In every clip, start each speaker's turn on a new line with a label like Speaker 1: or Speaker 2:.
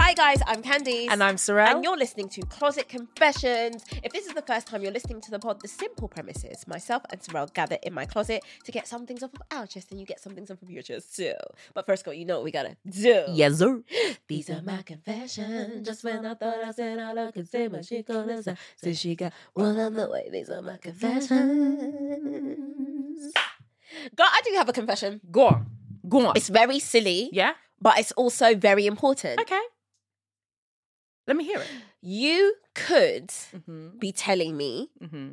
Speaker 1: Hi guys, I'm Candice.
Speaker 2: And I'm Sorrel.
Speaker 1: And you're listening to Closet Confessions. If this is the first time you're listening to the pod, the simple premise is myself and Sorrel gather in my closet to get some things off of our chest and you get some things off of your chest too. But first, girl, you know what we gotta do.
Speaker 2: Yes, sir.
Speaker 1: These are my confessions. Just when I thought I said all I could say, but she called us out. So she got one on the way. These are my confessions. Girl, I do have a confession.
Speaker 2: Go on. Go on.
Speaker 1: It's very silly,
Speaker 2: yeah?
Speaker 1: but it's also very important.
Speaker 2: Okay. Let me hear it.
Speaker 1: You could
Speaker 2: Mm-hmm.
Speaker 1: be telling me
Speaker 2: Mm-hmm.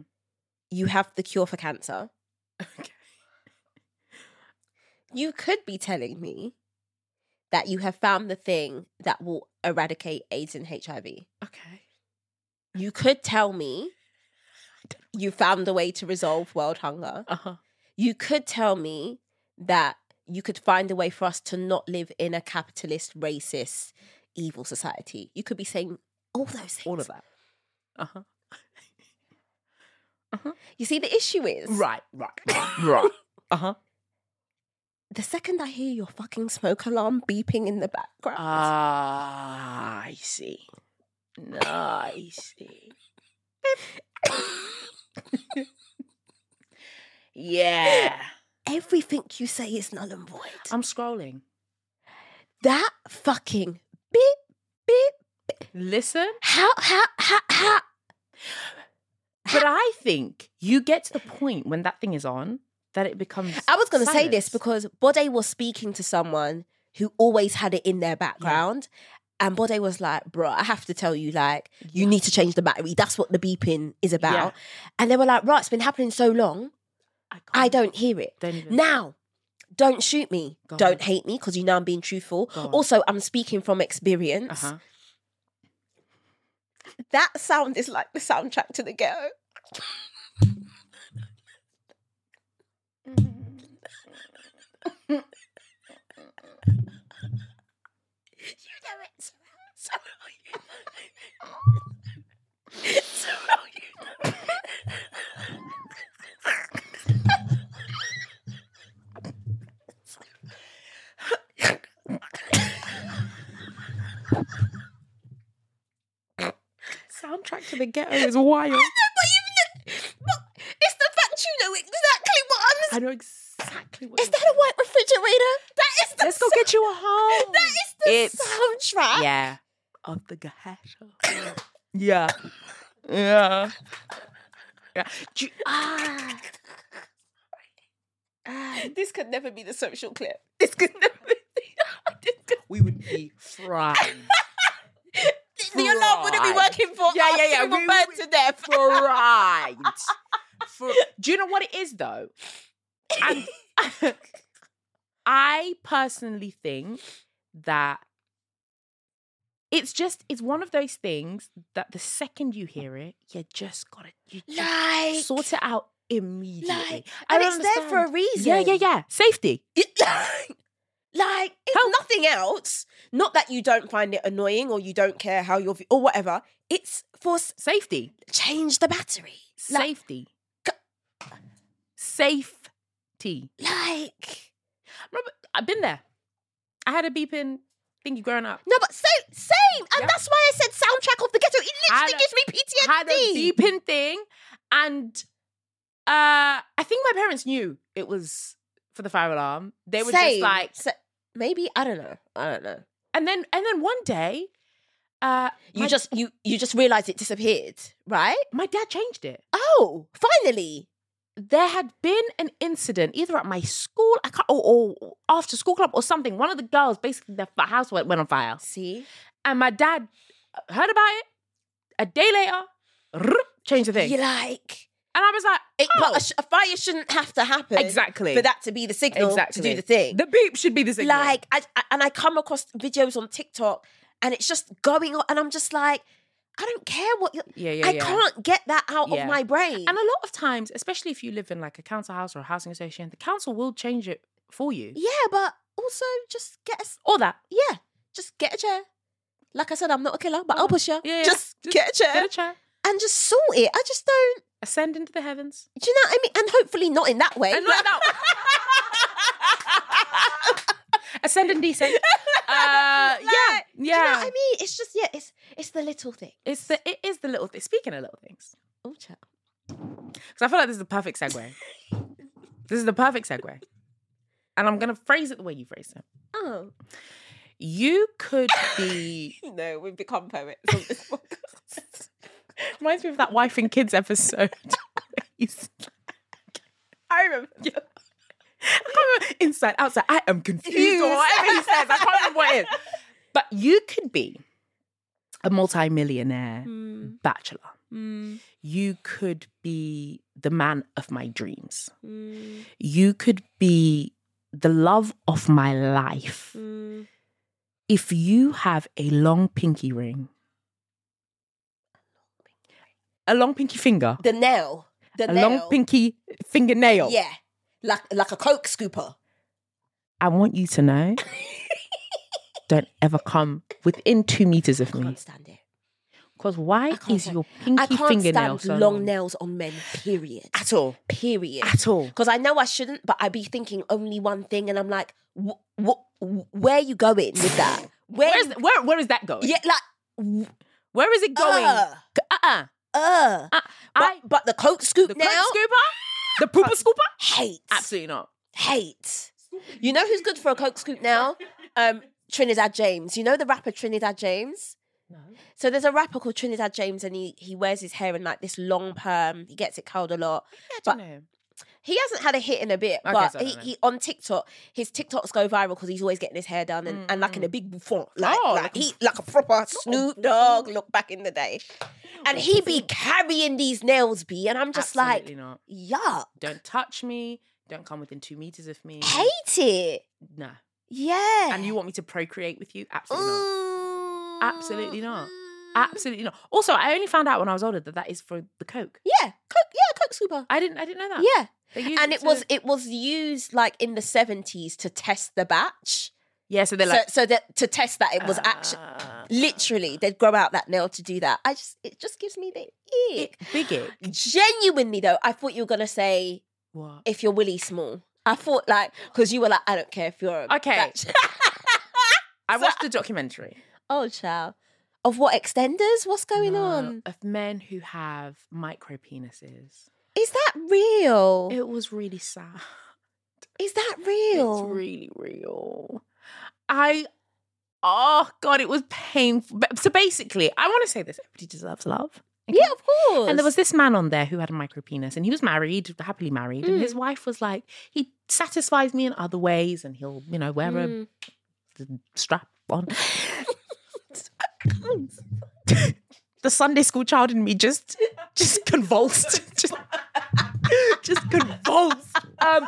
Speaker 1: you have the cure for cancer.
Speaker 2: Okay.
Speaker 1: You could be telling me that you have found the thing that will eradicate AIDS and HIV.
Speaker 2: Okay.
Speaker 1: You could tell me you found a way to resolve world hunger.
Speaker 2: Uh-huh.
Speaker 1: You could tell me that you could find a way for us to not live in a capitalist, racist, evil society. You could be saying all those things.
Speaker 2: All of that. Uh-huh.
Speaker 1: You see, the issue is
Speaker 2: Right, right, right, right. Uh-huh.
Speaker 1: the second I hear your fucking smoke alarm beeping in the background,
Speaker 2: Ah, I see. No, I see. yeah.
Speaker 1: everything you say is null and void.
Speaker 2: I'm scrolling.
Speaker 1: that fucking beep beep.
Speaker 2: Listen.
Speaker 1: How how how how?
Speaker 2: But I think you get to the point when that thing is on that it becomes.
Speaker 1: I was going to say this
Speaker 2: silence.
Speaker 1: because Bode was speaking to someone who always had it in their background. And Bode was like, bro, I have to tell you, like, you need to change the battery. That's what the beeping is about. And they were like, right, it's been happening so long, I
Speaker 2: can't-
Speaker 1: don't hear it.
Speaker 2: Don't even-
Speaker 1: Now, don't shoot me.
Speaker 2: Go
Speaker 1: don't
Speaker 2: on.
Speaker 1: hate me because you know I'm being truthful.
Speaker 2: Go on.
Speaker 1: Also, I'm speaking from experience.
Speaker 2: Uh-huh.
Speaker 1: That sound is like the soundtrack to the ghetto. you know it. So, so you know it. So you know it.
Speaker 2: Soundtrack to the ghetto is wild.
Speaker 1: But you kn- but it's the fact you know exactly what I'm
Speaker 2: I know exactly what.
Speaker 1: Is
Speaker 2: you're
Speaker 1: that a
Speaker 2: saying.
Speaker 1: white refrigerator? That is the
Speaker 2: Let's go get you a
Speaker 1: sound-
Speaker 2: home.
Speaker 1: That is the soundtrack.
Speaker 2: yeah of the ghetto. yeah, yeah. yeah. Do you- ah.
Speaker 1: This could never be the social clip. This could never be. this could-
Speaker 2: We would be fried.
Speaker 1: the alarm wouldn't be
Speaker 2: Fried.
Speaker 1: working for
Speaker 2: Yeah,
Speaker 1: us.
Speaker 2: yeah, yeah.
Speaker 1: We were
Speaker 2: We-
Speaker 1: burnt
Speaker 2: we-
Speaker 1: to death.
Speaker 2: fried. Fr- Do you know what it is though? And I personally think that it's just it's one of those things that the second you hear it, you just gotta you just
Speaker 1: Like,
Speaker 2: sort it out immediately.
Speaker 1: like,
Speaker 2: I
Speaker 1: and
Speaker 2: don't
Speaker 1: it's there for a
Speaker 2: understand.
Speaker 1: reason.
Speaker 2: Yeah, yeah, yeah. Safety.
Speaker 1: like, like if nothing else, not that you don't find it annoying or you don't care how you're or whatever. It's for s-
Speaker 2: Safety.
Speaker 1: change the battery. Like,
Speaker 2: Safety. Safety.
Speaker 1: like
Speaker 2: Remember, I've been there. I had a beeping thingy growing up.
Speaker 1: no, but same, same, and
Speaker 2: Yeah.
Speaker 1: that's why I said soundtrack of the ghetto. It
Speaker 2: I
Speaker 1: literally
Speaker 2: had a-
Speaker 1: gives me PTSD.
Speaker 2: had a beeping thing, and uh, I think my parents knew it was for the fire alarm. They were just
Speaker 1: Same.
Speaker 2: like,
Speaker 1: Sa- maybe I don't know. I don't know.
Speaker 2: and then and then one day, uh,
Speaker 1: You
Speaker 2: my,
Speaker 1: just you you just realized it disappeared, right?
Speaker 2: my dad changed it.
Speaker 1: Oh, finally.
Speaker 2: There had been an incident either at my school, I can't, or, or after school club or something. One of the girls, basically, their f- house went, went on fire,
Speaker 1: See,
Speaker 2: and my dad heard about it. A day later, changed the thing.
Speaker 1: you like
Speaker 2: I was like,
Speaker 1: It,
Speaker 2: oh,
Speaker 1: but a, sh- a fire shouldn't have to happen
Speaker 2: Exactly.
Speaker 1: for that to be the signal
Speaker 2: exactly.
Speaker 1: to do the thing.
Speaker 2: The beep should be the signal.
Speaker 1: like, I, I- and I come across videos on TikTok, and it's just going on, and I'm just like, I don't care what you.
Speaker 2: yeah, yeah,
Speaker 1: I
Speaker 2: yeah.
Speaker 1: can't get that out
Speaker 2: Yeah.
Speaker 1: of my brain.
Speaker 2: And a lot of times, especially if you live in like a council house or a housing association, the council will change it for you.
Speaker 1: yeah, but also just get us.
Speaker 2: Or that.
Speaker 1: Yeah, just get a chair. Like I said, I'm not a killer, but I'll push you.
Speaker 2: Yeah, yeah.
Speaker 1: Just, get a chair
Speaker 2: Get a chair.
Speaker 1: and just sort it. I just don't.
Speaker 2: Ascend into the heavens.
Speaker 1: Do you know what I mean? And hopefully not in that way.
Speaker 2: And not that Ascend and descend. Uh, yeah.
Speaker 1: Like, Do you know
Speaker 2: Yeah.
Speaker 1: what I mean? It's just yeah. It's it's the little thing.
Speaker 2: It's the it is the little thing. Speaking of little things.
Speaker 1: Oh, child.
Speaker 2: Because I feel like this is the perfect segue. this is the perfect segue. And I'm gonna phrase it the way you phrase it.
Speaker 1: Oh
Speaker 2: You could be
Speaker 1: no, we've become poets on this podcast.
Speaker 2: reminds me of that wife and kids episode. He's-
Speaker 1: I remember.
Speaker 2: Yeah. I can't remember- Inside, outside, I am confused or whatever he says. I can't remember what it is. But you could be a multimillionaire
Speaker 1: Hmm,
Speaker 2: bachelor. You could be the man of my dreams.
Speaker 1: hmm,
Speaker 2: You could be the love of my life.
Speaker 1: Mm. hmm.
Speaker 2: If you have a long pinky ring, a long pinky finger,
Speaker 1: The nail. The
Speaker 2: a
Speaker 1: nail.
Speaker 2: long pinky fingernail,
Speaker 1: Yeah, like like a coke scooper.
Speaker 2: I want you to know don't ever come within two meters of me.
Speaker 1: Can't stand it.
Speaker 2: Because why
Speaker 1: can't
Speaker 2: is
Speaker 1: stand-
Speaker 2: your pinky
Speaker 1: I can't
Speaker 2: fingernail
Speaker 1: stand
Speaker 2: so
Speaker 1: long nails on men. Period.
Speaker 2: At all.
Speaker 1: Period.
Speaker 2: At all.
Speaker 1: Because I know I shouldn't, but I be thinking only one thing, and I'm like, wh- wh- where you going with that? Where?
Speaker 2: Where's, where, where is that going?
Speaker 1: yeah, like
Speaker 2: Where is it going? Uh
Speaker 1: Uh,
Speaker 2: uh
Speaker 1: uh.
Speaker 2: Uh,
Speaker 1: But,
Speaker 2: I,
Speaker 1: but the coke scoop
Speaker 2: the
Speaker 1: now,
Speaker 2: crib scooper? The pooper scooper?
Speaker 1: hate,
Speaker 2: Absolutely not.
Speaker 1: hate. You know who's good for a coke scoop now? Um, Trinidad James. You know the rapper Trinidad James. So there's a rapper called Trinidad James, and he he wears his hair in like this long perm. He gets it curled a lot. But He hasn't had a hit in a bit,
Speaker 2: Okay,
Speaker 1: but
Speaker 2: so I
Speaker 1: he,
Speaker 2: don't know.
Speaker 1: he on TikTok, his TikToks go viral because he's always getting his hair done and, and like in a big bouffant, like,
Speaker 2: Mm. Oh,
Speaker 1: like,
Speaker 2: like a-
Speaker 1: he like a proper Snoop Dogg look back in the day, and he be carrying these nails, be, and I'm just
Speaker 2: Absolutely
Speaker 1: like,
Speaker 2: not.
Speaker 1: yuck,
Speaker 2: Don't touch me. Don't come within two meters of me.
Speaker 1: hate it,
Speaker 2: No.
Speaker 1: yeah,
Speaker 2: And you want me to procreate with you? Absolutely not.
Speaker 1: Mm.
Speaker 2: Absolutely not. Absolutely not. Also, I only found out when I was older that that is for the coke.
Speaker 1: yeah, coke, yeah, coke super,
Speaker 2: I didn't. I didn't know that.
Speaker 1: yeah,
Speaker 2: They use
Speaker 1: and it
Speaker 2: to-
Speaker 1: was it was used like in the 70s to test the batch,
Speaker 2: yeah. So they're like
Speaker 1: so so that to test that it was actually.
Speaker 2: uh,
Speaker 1: Literally, they'd grow out that nail to do that. I just, it just gives me the
Speaker 2: it,
Speaker 1: ick.
Speaker 2: big it.
Speaker 1: Genuinely, though, I thought you were gonna say
Speaker 2: What?
Speaker 1: if you're willy small. I thought like because you were like, I don't care if you're a
Speaker 2: Okay.
Speaker 1: batch."
Speaker 2: I watched the documentary.
Speaker 1: oh, child. Of what extenders? What's going
Speaker 2: No,
Speaker 1: on?
Speaker 2: of men who have micro penises.
Speaker 1: Is that real? Is
Speaker 2: It was really sad.
Speaker 1: that real?
Speaker 2: It's really real. I. Oh God, it was painful. But- So basically, I want to say this: everybody deserves love. okay?
Speaker 1: Yeah, of course.
Speaker 2: And there was this man on there who had a micro penis and he was married, happily married. And
Speaker 1: Mm.
Speaker 2: his wife was like, he satisfies me in other ways and he'll, you know, wear
Speaker 1: Mm.
Speaker 2: a strap on. the Sunday school child in me just just convulsed. just, just convulsed. Um,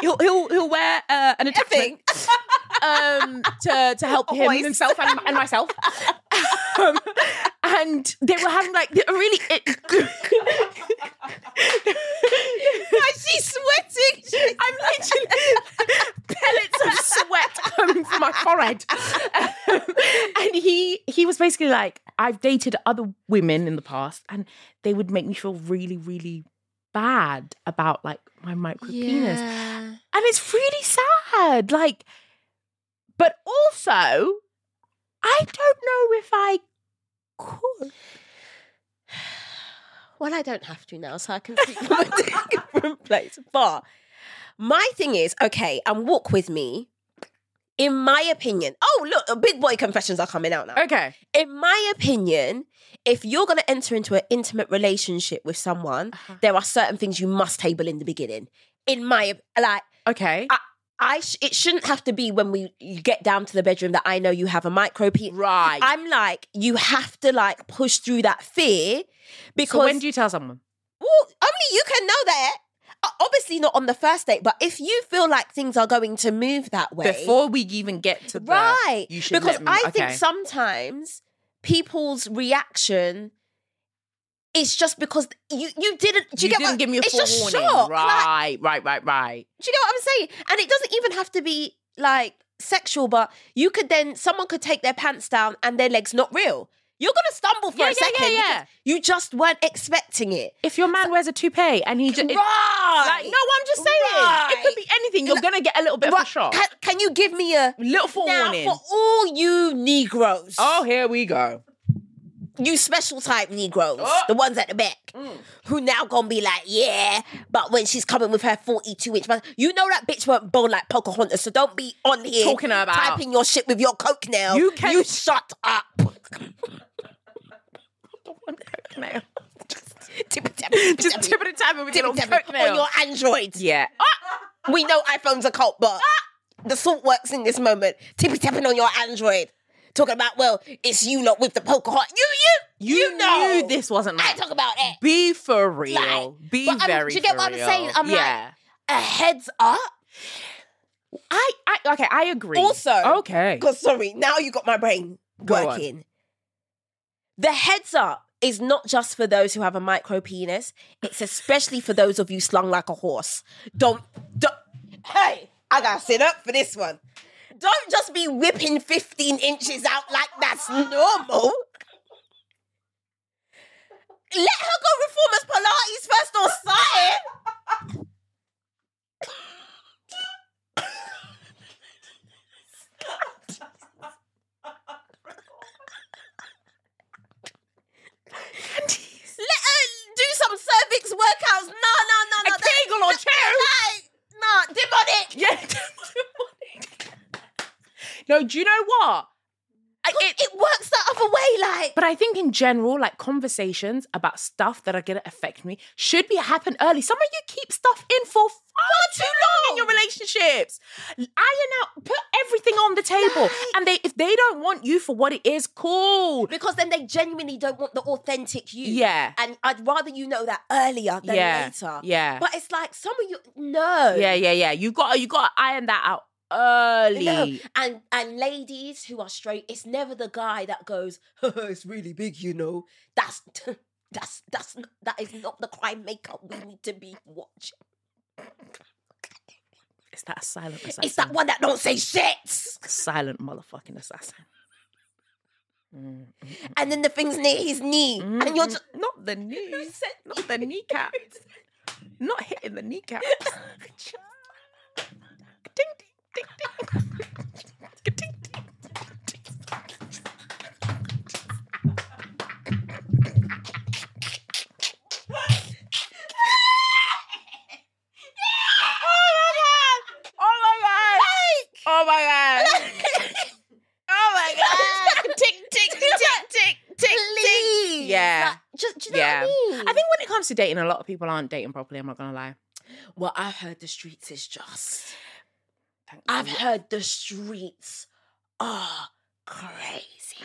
Speaker 2: he'll, he'll, he'll wear uh, an attachment um, to, to help him
Speaker 1: Hoist.
Speaker 2: himself and, and myself. Um, and they were having like a really. she's sweating. I'm literally pellets of sweat coming from my forehead. Um, and he he was basically like, I've dated other women in the past, and they would make me feel really, really bad about like my micro penis
Speaker 1: Yeah.
Speaker 2: and it's really sad. Like, but also, I don't know if I could.
Speaker 1: Well, I don't have to now, so I can speak from a different place. But my thing is, okay, and walk with me. In my opinion, oh look, the big boy confessions are coming out now.
Speaker 2: Okay,
Speaker 1: In my opinion, if you're going to enter into an intimate relationship with someone,
Speaker 2: Uh-huh.
Speaker 1: there are certain things you must table in the beginning. In my like,
Speaker 2: okay,
Speaker 1: I, I sh- it shouldn't have to be when we you get down to the bedroom that I know you have a micro penis.
Speaker 2: right.
Speaker 1: I'm like, you have to like push through that fear because
Speaker 2: so when do you tell someone?
Speaker 1: well, only you can know that. uh, Obviously, not on the first date, but if you feel like things are going to move that way,
Speaker 2: Before we even get to the,
Speaker 1: right?
Speaker 2: you should
Speaker 1: because
Speaker 2: let me-
Speaker 1: I think
Speaker 2: okay.
Speaker 1: sometimes people's reaction. is just because you you didn't. Do you, get
Speaker 2: didn't
Speaker 1: what,
Speaker 2: give me a
Speaker 1: It's just
Speaker 2: forewarning.
Speaker 1: shock. like,
Speaker 2: Right, right, right, right.
Speaker 1: do you know what I'm saying? And it doesn't even have to be like sexual, but you could then someone could take their pants down and their legs not real. You're gonna stumble for
Speaker 2: Yeah,
Speaker 1: a
Speaker 2: yeah, yeah,
Speaker 1: second. because
Speaker 2: yeah.
Speaker 1: You just weren't expecting it.
Speaker 2: If your man wears a toupee and he just
Speaker 1: right.
Speaker 2: like, no, I'm just saying it could be anything. You're gonna get a little bit of
Speaker 1: Right.
Speaker 2: a shock,
Speaker 1: Can, can you give me a
Speaker 2: little
Speaker 1: now
Speaker 2: forewarning.
Speaker 1: for all you Negroes?
Speaker 2: oh, here we go.
Speaker 1: you special type Negroes,
Speaker 2: Oh. Mm.
Speaker 1: the ones at the back, who now gonna be like, yeah, but when she's coming with her 42 inch, bun- you know that bitch weren't born like Pocahontas, so don't be on here
Speaker 2: Talking her about.
Speaker 1: typing your shit with your coke now.
Speaker 2: You can-
Speaker 1: you shut up. Tip- tip- tip-
Speaker 2: Just tip of the time with
Speaker 1: tip-
Speaker 2: your Oh,
Speaker 1: tip-
Speaker 2: little coke
Speaker 1: on
Speaker 2: nail.
Speaker 1: your Android.
Speaker 2: Yeah.
Speaker 1: We know iPhones are cult, but the salt works in this moment. Tippy tapping on your Android, talking about well, it's you lot with the Pocahontas. You you you, know
Speaker 2: knew this wasn't
Speaker 1: I
Speaker 2: like.
Speaker 1: talk about it.
Speaker 2: Be for real.
Speaker 1: Like,
Speaker 2: Be
Speaker 1: but I'm-
Speaker 2: very.
Speaker 1: do you get
Speaker 2: for
Speaker 1: what I'm
Speaker 2: real.
Speaker 1: saying? I'm like-
Speaker 2: yeah.
Speaker 1: A heads up.
Speaker 2: I, I okay. I agree.
Speaker 1: Also-
Speaker 2: okay.
Speaker 1: Because sorry, now you got my brain
Speaker 2: Go on.
Speaker 1: working. The heads up is not just for those who have a micro penis. It's especially for those of you slung like a horse. Don't, don't hey, I gotta sit up for this one. Don't just be whipping 15 inches out like that's normal. Let her go reform as Pilates first or something. Let her do some cervix workouts. No, no, no, no.
Speaker 2: A Kegel or two.
Speaker 1: Like, nah, demonic.
Speaker 2: Yeah. no, do you know what? I,
Speaker 1: it, it works the other way. Like,
Speaker 2: But I think in general, like conversations about stuff that are gonna affect me should be happen early. Some of you keep stuff in for far too long in your relationships. Iron out, put everything on the table, and they if they don't want you for what it is, cool.
Speaker 1: because then they genuinely don't want the authentic you.
Speaker 2: Yeah.
Speaker 1: And I'd rather you know that earlier than
Speaker 2: Yeah.
Speaker 1: later.
Speaker 2: Yeah.
Speaker 1: But it's like some of you no.
Speaker 2: Yeah, yeah, yeah. You got you got to iron that out early.
Speaker 1: No. And and ladies who are straight, it's never the guy that goes, it's really big, you know. That's that's that's n- that is not the crime makeup we need to be watching.
Speaker 2: It's that silent assassin.
Speaker 1: It's that one that don't say shit.
Speaker 2: silent motherfucking assassin.
Speaker 1: And then the thing's near his knee. And
Speaker 2: Mm-hmm.
Speaker 1: you're just
Speaker 2: Not the knees. Not the kneecaps. Not hitting the kneecaps. ding, ding, ding, ding. ding, ding. Oh my god! Oh my god! Oh my god! tick, tick, tick, tick, tick, tick.
Speaker 1: please.
Speaker 2: Yeah.
Speaker 1: Like, just do you know
Speaker 2: yeah.
Speaker 1: what I mean?
Speaker 2: I think when it comes to dating, a lot of people aren't dating properly. I'm not gonna lie.
Speaker 1: Well, I've heard the streets is just.
Speaker 2: Thank
Speaker 1: I've heard the streets are crazy.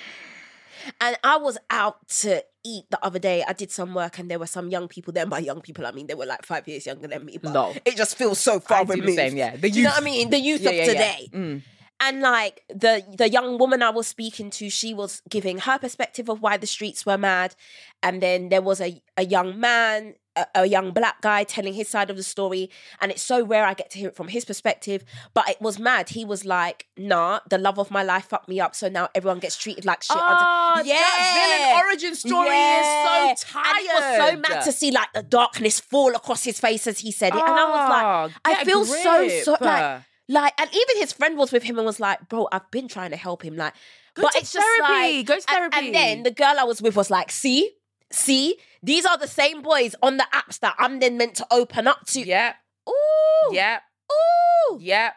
Speaker 1: And I was out to eat the other day. I did some work and there were some young people there. By young people, I mean they were like five years younger than me. But
Speaker 2: Lol.
Speaker 1: it just feels so far
Speaker 2: I do the
Speaker 1: removed.
Speaker 2: same, yeah. The
Speaker 1: Do you know
Speaker 2: youth.
Speaker 1: what I mean? The youth
Speaker 2: Yeah,
Speaker 1: of
Speaker 2: yeah, yeah.
Speaker 1: today.
Speaker 2: Mm.
Speaker 1: And like the the young woman I was speaking to, she was giving her perspective of why the streets were mad. And then there was a, a young man, a, a young black guy telling his side of the story. And it's so rare I get to hear it from his perspective. But it was mad. He was like, nah, the love of my life fucked me up. So now everyone gets treated like shit.
Speaker 2: Oh,
Speaker 1: yeah.
Speaker 2: that villain origin story
Speaker 1: Yeah.
Speaker 2: is so
Speaker 1: And it was so mad
Speaker 2: tired.
Speaker 1: to see like the darkness fall across his face as he said it. and I was like,
Speaker 2: Oh, get
Speaker 1: I
Speaker 2: a
Speaker 1: feel so
Speaker 2: grip.
Speaker 1: so like like and even his friend was with him and was like, bro, I've been trying to help him. Like, but
Speaker 2: to
Speaker 1: it's just
Speaker 2: therapy.
Speaker 1: like
Speaker 2: Go to
Speaker 1: and-
Speaker 2: therapy.
Speaker 1: And, then the girl I was with was like, see, see, these are the same boys on the apps that I'm then meant to open up to.
Speaker 2: yeah,
Speaker 1: Ooh.
Speaker 2: yeah,
Speaker 1: Ooh.
Speaker 2: yeah.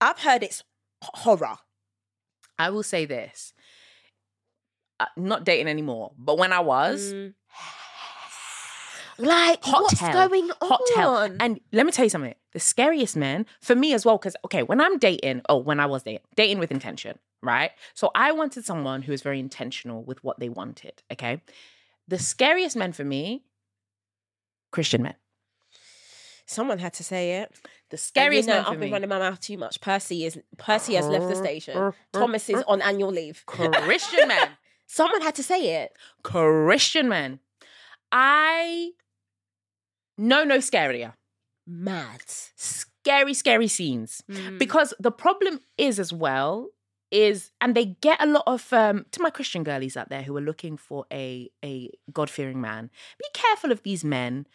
Speaker 1: I've heard it's h- horror.
Speaker 2: I will say this: uh, not dating anymore, but when I was.
Speaker 1: Mm. Like,
Speaker 2: Hot
Speaker 1: what's
Speaker 2: tell.
Speaker 1: going on?
Speaker 2: Hot tell. And let me tell you something. The scariest man for me as well, because okay, when I'm dating, oh, when I was dating, dating with intention, right? So I wanted someone who was very intentional with what they wanted. Okay. The scariest men for me, Christian men.
Speaker 1: Someone had to say it. And
Speaker 2: The
Speaker 1: you
Speaker 2: scariest
Speaker 1: know,
Speaker 2: man for
Speaker 1: I've been
Speaker 2: me.
Speaker 1: running my mouth too much. Percy is Percy has left the station. Thomas is on annual leave.
Speaker 2: Christian man.
Speaker 1: Someone had to say it.
Speaker 2: Christian man. I no no scarier.
Speaker 1: Mad.
Speaker 2: Scary, scary scenes.
Speaker 1: Hmm.
Speaker 2: Because the problem is as well is and they get a lot of um to my Christian girlies out there who are looking for a a God-fearing man. Be careful of these men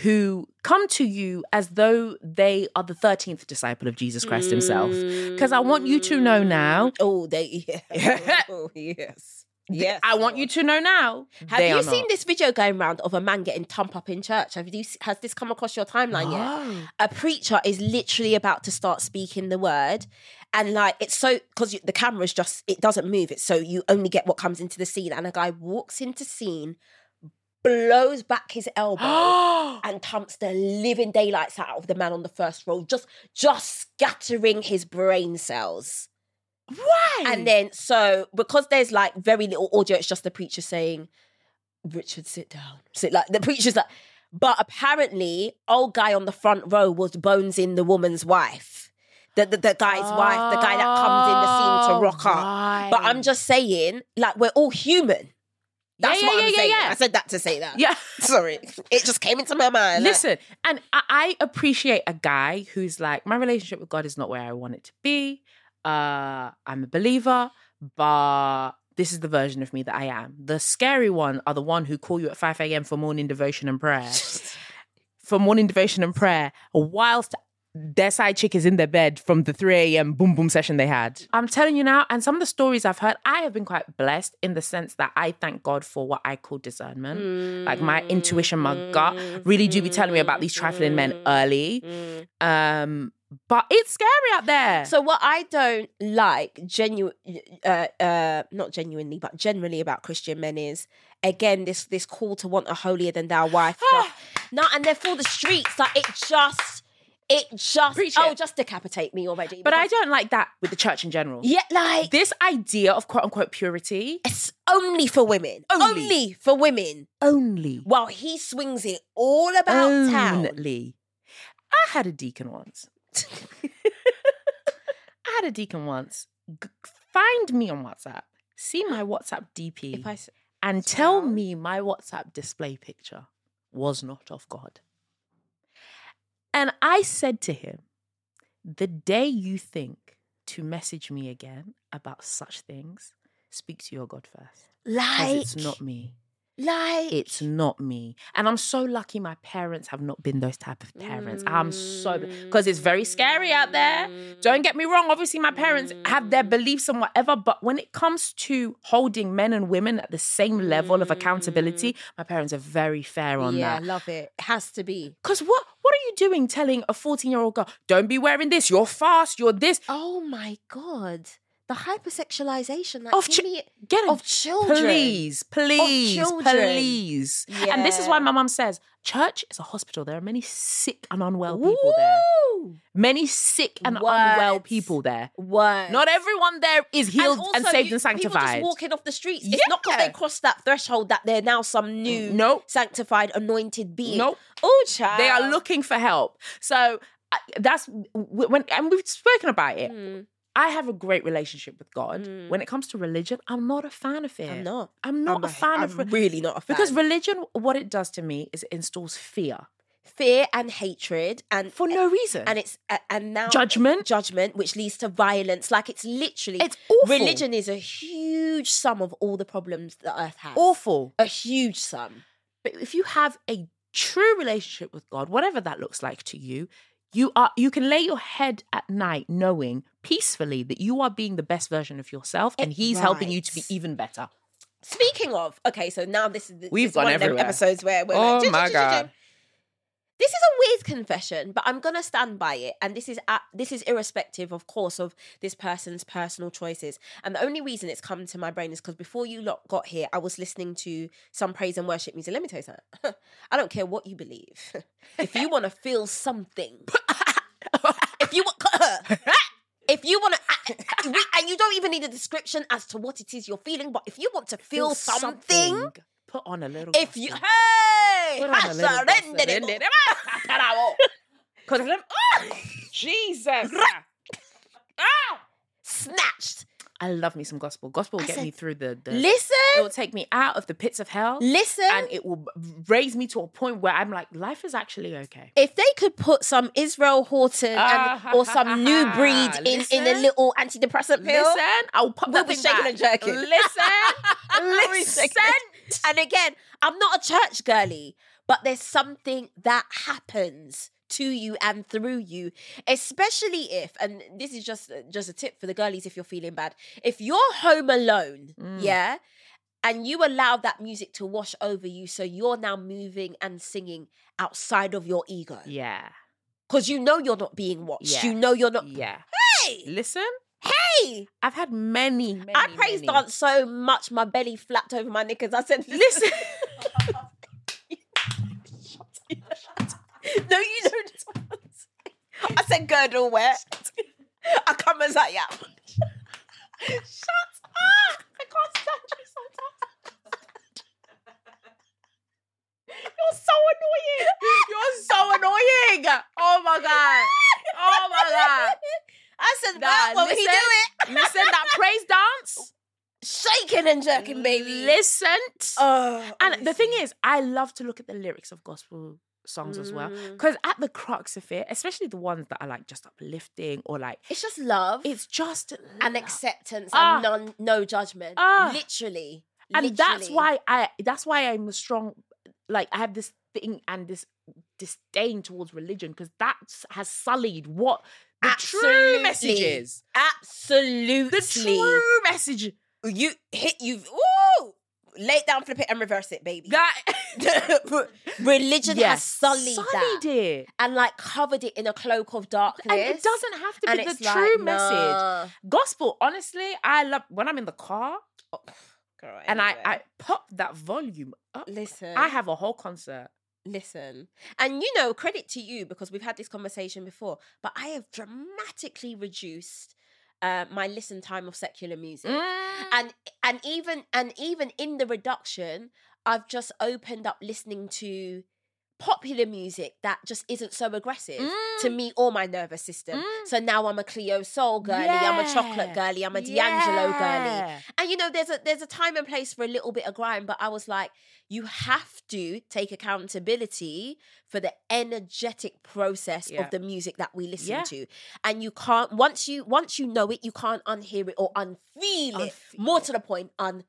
Speaker 2: who come to you as though they are the 13th disciple of Jesus Christ himself.
Speaker 1: Hmm.
Speaker 2: Because I want you to know now.
Speaker 1: Oh, they yeah. oh, yes. Yes. oh.
Speaker 2: I want you to know now.
Speaker 1: Have
Speaker 2: they
Speaker 1: you
Speaker 2: are
Speaker 1: seen
Speaker 2: not.
Speaker 1: this video going round of a man getting tump up in church? Have you has this come across your timeline yet?
Speaker 2: No.
Speaker 1: A preacher is literally about to start speaking the word, and like it's so because the camera's just it doesn't move it, so you only get what comes into the scene. And a guy walks into scene, blows back his elbow. And tumps the living daylights out of the man on the first row, just just scattering his brain cells.
Speaker 2: Why?
Speaker 1: And then, so because there's like very little audio, it's just the preacher saying, "Richard, sit down." Sit like the preacher's like, but apparently, old guy on the front row was bones in the woman's wife, the the, the guy's wife, the guy that comes in the
Speaker 2: Oh,
Speaker 1: scene to rock up. But I'm
Speaker 2: Ah,
Speaker 1: just saying, like we're all human.
Speaker 2: Yeah,
Speaker 1: That's
Speaker 2: yeah,
Speaker 1: what
Speaker 2: yeah,
Speaker 1: I'm
Speaker 2: yeah,
Speaker 1: saying.
Speaker 2: yeah.
Speaker 1: I said that to say that.
Speaker 2: yeah.
Speaker 1: sorry, it just came into my mind. like,
Speaker 2: Listen, and I, I appreciate a guy who's like, my relationship with God is not where I want it to be. Uh, I'm a believer, but this is the version of me that I am. The scary one are the one who call you at 5 a.m. for morning devotion and prayer. for morning devotion and prayer, whilst their side chick is in their bed from the 3 a.m. boom boom session they had. I'm telling you now, and some of the stories I've heard, I have been quite blessed in the sense that I thank God for what I call discernment. Like my intuition, my gut really do be telling me about these trifling men early. Um, but it's scary out there.
Speaker 1: Mm. So what I don't like genuine uh, uh not genuinely but generally about Christian men is again this this call to want a holier than thou wife. no, and they're for the streets like it just it just
Speaker 2: Preach
Speaker 1: oh
Speaker 2: it.
Speaker 1: just decapitate me already.
Speaker 2: but I
Speaker 1: because-
Speaker 2: don't like that with the church in general.
Speaker 1: yeah like
Speaker 2: This idea of quote unquote purity
Speaker 1: it's only for women.
Speaker 2: Only.
Speaker 1: Only, for women.
Speaker 2: only
Speaker 1: While he swings it all about town.
Speaker 2: Only. I had a deacon once. I had a deacon once. G- find me on WhatsApp. See my WhatsApp DP
Speaker 1: If I s-
Speaker 2: and tell
Speaker 1: Well.
Speaker 2: me my WhatsApp display picture was not of God. And I said to him, The day you think to message me again about such things, speak to your God first. Because
Speaker 1: like
Speaker 2: it's not me
Speaker 1: like
Speaker 2: it's not me and i'm so lucky my parents have not been those type of parents i'm so because it's very scary out there don't get me wrong obviously my parents have their beliefs and whatever but when it comes to holding men and women at the same level of accountability my parents are very fair on
Speaker 1: yeah,
Speaker 2: that
Speaker 1: love it. It has to be.
Speaker 2: because what what are you doing telling a 14 year old girl don't be wearing this you're fast you're this
Speaker 1: Oh my god. The hypersexualization like,
Speaker 2: Of
Speaker 1: give
Speaker 2: chi-
Speaker 1: me-
Speaker 2: get a-
Speaker 1: of children.
Speaker 2: Please, please,
Speaker 1: children.
Speaker 2: please. And this is why
Speaker 1: Yeah.
Speaker 2: my mum says church is a hospital. There are many sick and unwell people there.
Speaker 1: Woo!
Speaker 2: Many sick and unwell
Speaker 1: Words.
Speaker 2: people there.
Speaker 1: Words.
Speaker 2: Not everyone there is healed and,
Speaker 1: also
Speaker 2: saved
Speaker 1: you-
Speaker 2: and
Speaker 1: People
Speaker 2: sanctified.
Speaker 1: just walking off the streets. It's not because they
Speaker 2: Yeah.
Speaker 1: crossed that threshold that they're now some new
Speaker 2: Nope.
Speaker 1: sanctified, anointed being.
Speaker 2: Nope.
Speaker 1: Oh, child.
Speaker 2: They are looking for help. So I- that's w- when, and we've spoken about
Speaker 1: Mm.
Speaker 2: it.
Speaker 1: Hmm.
Speaker 2: I have a great relationship with God. When it comes to religion, I'm not a fan of it.
Speaker 1: I'm not.
Speaker 2: I'm not a fan of
Speaker 1: I'm
Speaker 2: religion.
Speaker 1: really not a fan.
Speaker 2: Because religion, what it does to me is it installs fear
Speaker 1: fear and hatred and
Speaker 2: for no reason.
Speaker 1: and it's uh, and now
Speaker 2: Judgment.
Speaker 1: judgment which leads to violence like it's literally
Speaker 2: It's awful.
Speaker 1: religion is a huge sum of all the problems that earth has
Speaker 2: awful.
Speaker 1: a huge sum
Speaker 2: But if you have a true relationship with God, whatever that looks like to you, you are you can lay your head at night knowing peacefully that you are being the best version of yourself and
Speaker 1: It-
Speaker 2: he's helping you to be
Speaker 1: right.
Speaker 2: even better.
Speaker 1: Speaking of, okay, so now this is this
Speaker 2: We've
Speaker 1: is
Speaker 2: gone
Speaker 1: one of them
Speaker 2: everywhere.
Speaker 1: episodes where we're
Speaker 2: Oh
Speaker 1: like, "Jim,
Speaker 2: my
Speaker 1: Jim, Jim, Jim, Jim."
Speaker 2: God.
Speaker 1: This is a weird confession, but I'm gonna stand by it, and this is at, this is irrespective, of course, of this person's personal choices. And the only reason it's come to my brain is because before you lot got here, I was listening to some praise and worship music. Let me tell you something. I don't care what you believe. if you want to feel something, if you want. If you want to, and you don't even need a description as to what it is you're feeling, but if you want to feel, something,
Speaker 2: Put on a little
Speaker 1: if you
Speaker 2: gospel.
Speaker 1: hey,
Speaker 2: Put on a little gospel.
Speaker 1: surrendered it.
Speaker 2: Because of them. Oh, Jesus. Ah!
Speaker 1: Snatched.
Speaker 2: I love me some gospel. Gospel will get
Speaker 1: said-
Speaker 2: me through the. the It
Speaker 1: Listen.
Speaker 2: will take me out of the pits of hell.
Speaker 1: Listen.
Speaker 2: And it will raise me to a point where I'm like, life is actually okay.
Speaker 1: if they could put some Israel Horton and,
Speaker 2: Ah,
Speaker 1: or some new breed in, in a
Speaker 2: listen.
Speaker 1: little antidepressant pill,
Speaker 2: Listen, I'll pop
Speaker 1: we'll
Speaker 2: that
Speaker 1: be
Speaker 2: thing
Speaker 1: shaking
Speaker 2: back.
Speaker 1: and jerking.
Speaker 2: Listen,
Speaker 1: We'll be
Speaker 2: listen.
Speaker 1: shaking And again, I'm not a church girly, but there's something that happens to you and through you, especially if, and this is just just a tip for the girlies if you're feeling bad, if you're home alone,
Speaker 2: Mm.
Speaker 1: yeah, and you allow that music to wash over you, so you're now moving and singing outside of your ego
Speaker 2: Yeah,
Speaker 1: because you know you're not being watched.
Speaker 2: Yeah.
Speaker 1: You know you're not.
Speaker 2: yeah.
Speaker 1: Hey,
Speaker 2: Listen,
Speaker 1: hey!
Speaker 2: I've had many, many.
Speaker 1: I praise
Speaker 2: many.
Speaker 1: dance so much, my belly flapped over my knickers. I said, "Listen." no, you don't. dance. I said, "Girdle wet." I come as I am. Shut up! I can't stand you sometimes. You're so annoying.
Speaker 2: You're so annoying. Oh my god. Oh my
Speaker 1: I said,
Speaker 2: god.
Speaker 1: "Wow,
Speaker 2: Nah,
Speaker 1: well, he do it."
Speaker 2: Listen, that praise dance.
Speaker 1: shaking and jerking, baby.
Speaker 2: Listen.
Speaker 1: Oh,
Speaker 2: and the thing is, I love to look at the lyrics of gospel songs as well.
Speaker 1: Mm.
Speaker 2: Because at the crux of it, especially the ones that are like just uplifting or like
Speaker 1: it's just love
Speaker 2: it's just
Speaker 1: and
Speaker 2: love.
Speaker 1: acceptance
Speaker 2: Ah.
Speaker 1: and none, no judgment.
Speaker 2: Ah.
Speaker 1: literally,
Speaker 2: and that's
Speaker 1: Literally.
Speaker 2: why I that's why I'm a strong like I have this thing and this disdain towards religion because that has sullied what the true message
Speaker 1: Absolutely.
Speaker 2: is.
Speaker 1: absolutely
Speaker 2: The true message
Speaker 1: you hit you. Ooh, lay it down, flip it, and reverse it, baby.
Speaker 2: that
Speaker 1: Religion
Speaker 2: Yeah.
Speaker 1: has sullied, that
Speaker 2: it,
Speaker 1: and like covered it in a cloak of darkness.
Speaker 2: and it doesn't have to
Speaker 1: And
Speaker 2: be the
Speaker 1: it's like,
Speaker 2: true message.
Speaker 1: nah.
Speaker 2: Gospel, honestly, I love when I'm in the car
Speaker 1: Girl,
Speaker 2: and I,
Speaker 1: anyway.
Speaker 2: I pop that volume up.
Speaker 1: listen.
Speaker 2: I have a whole concert.
Speaker 1: Listen, and you know, credit to you because we've had this conversation before, but I have dramatically reduced uh, my listen time of secular music,
Speaker 2: Mm.
Speaker 1: and and even and even in the reduction, I've just opened up listening to popular music that just isn't so aggressive to
Speaker 2: Mm.
Speaker 1: me or my nervous system. So now I'm a Cleo Soul girly, I'm a
Speaker 2: Yeah.
Speaker 1: Chocolate girly, I'm a D'Angelo girly, and you know, there's a there's a time and place for a little bit of grime, but I was like, you have to take accountability for the energetic process
Speaker 2: Yeah.
Speaker 1: of the music that we listen
Speaker 2: Yeah.
Speaker 1: to. And you can't once you once you know it, you can't unhear it or unfeel it.
Speaker 2: Unfeel
Speaker 1: More to the point, unfeel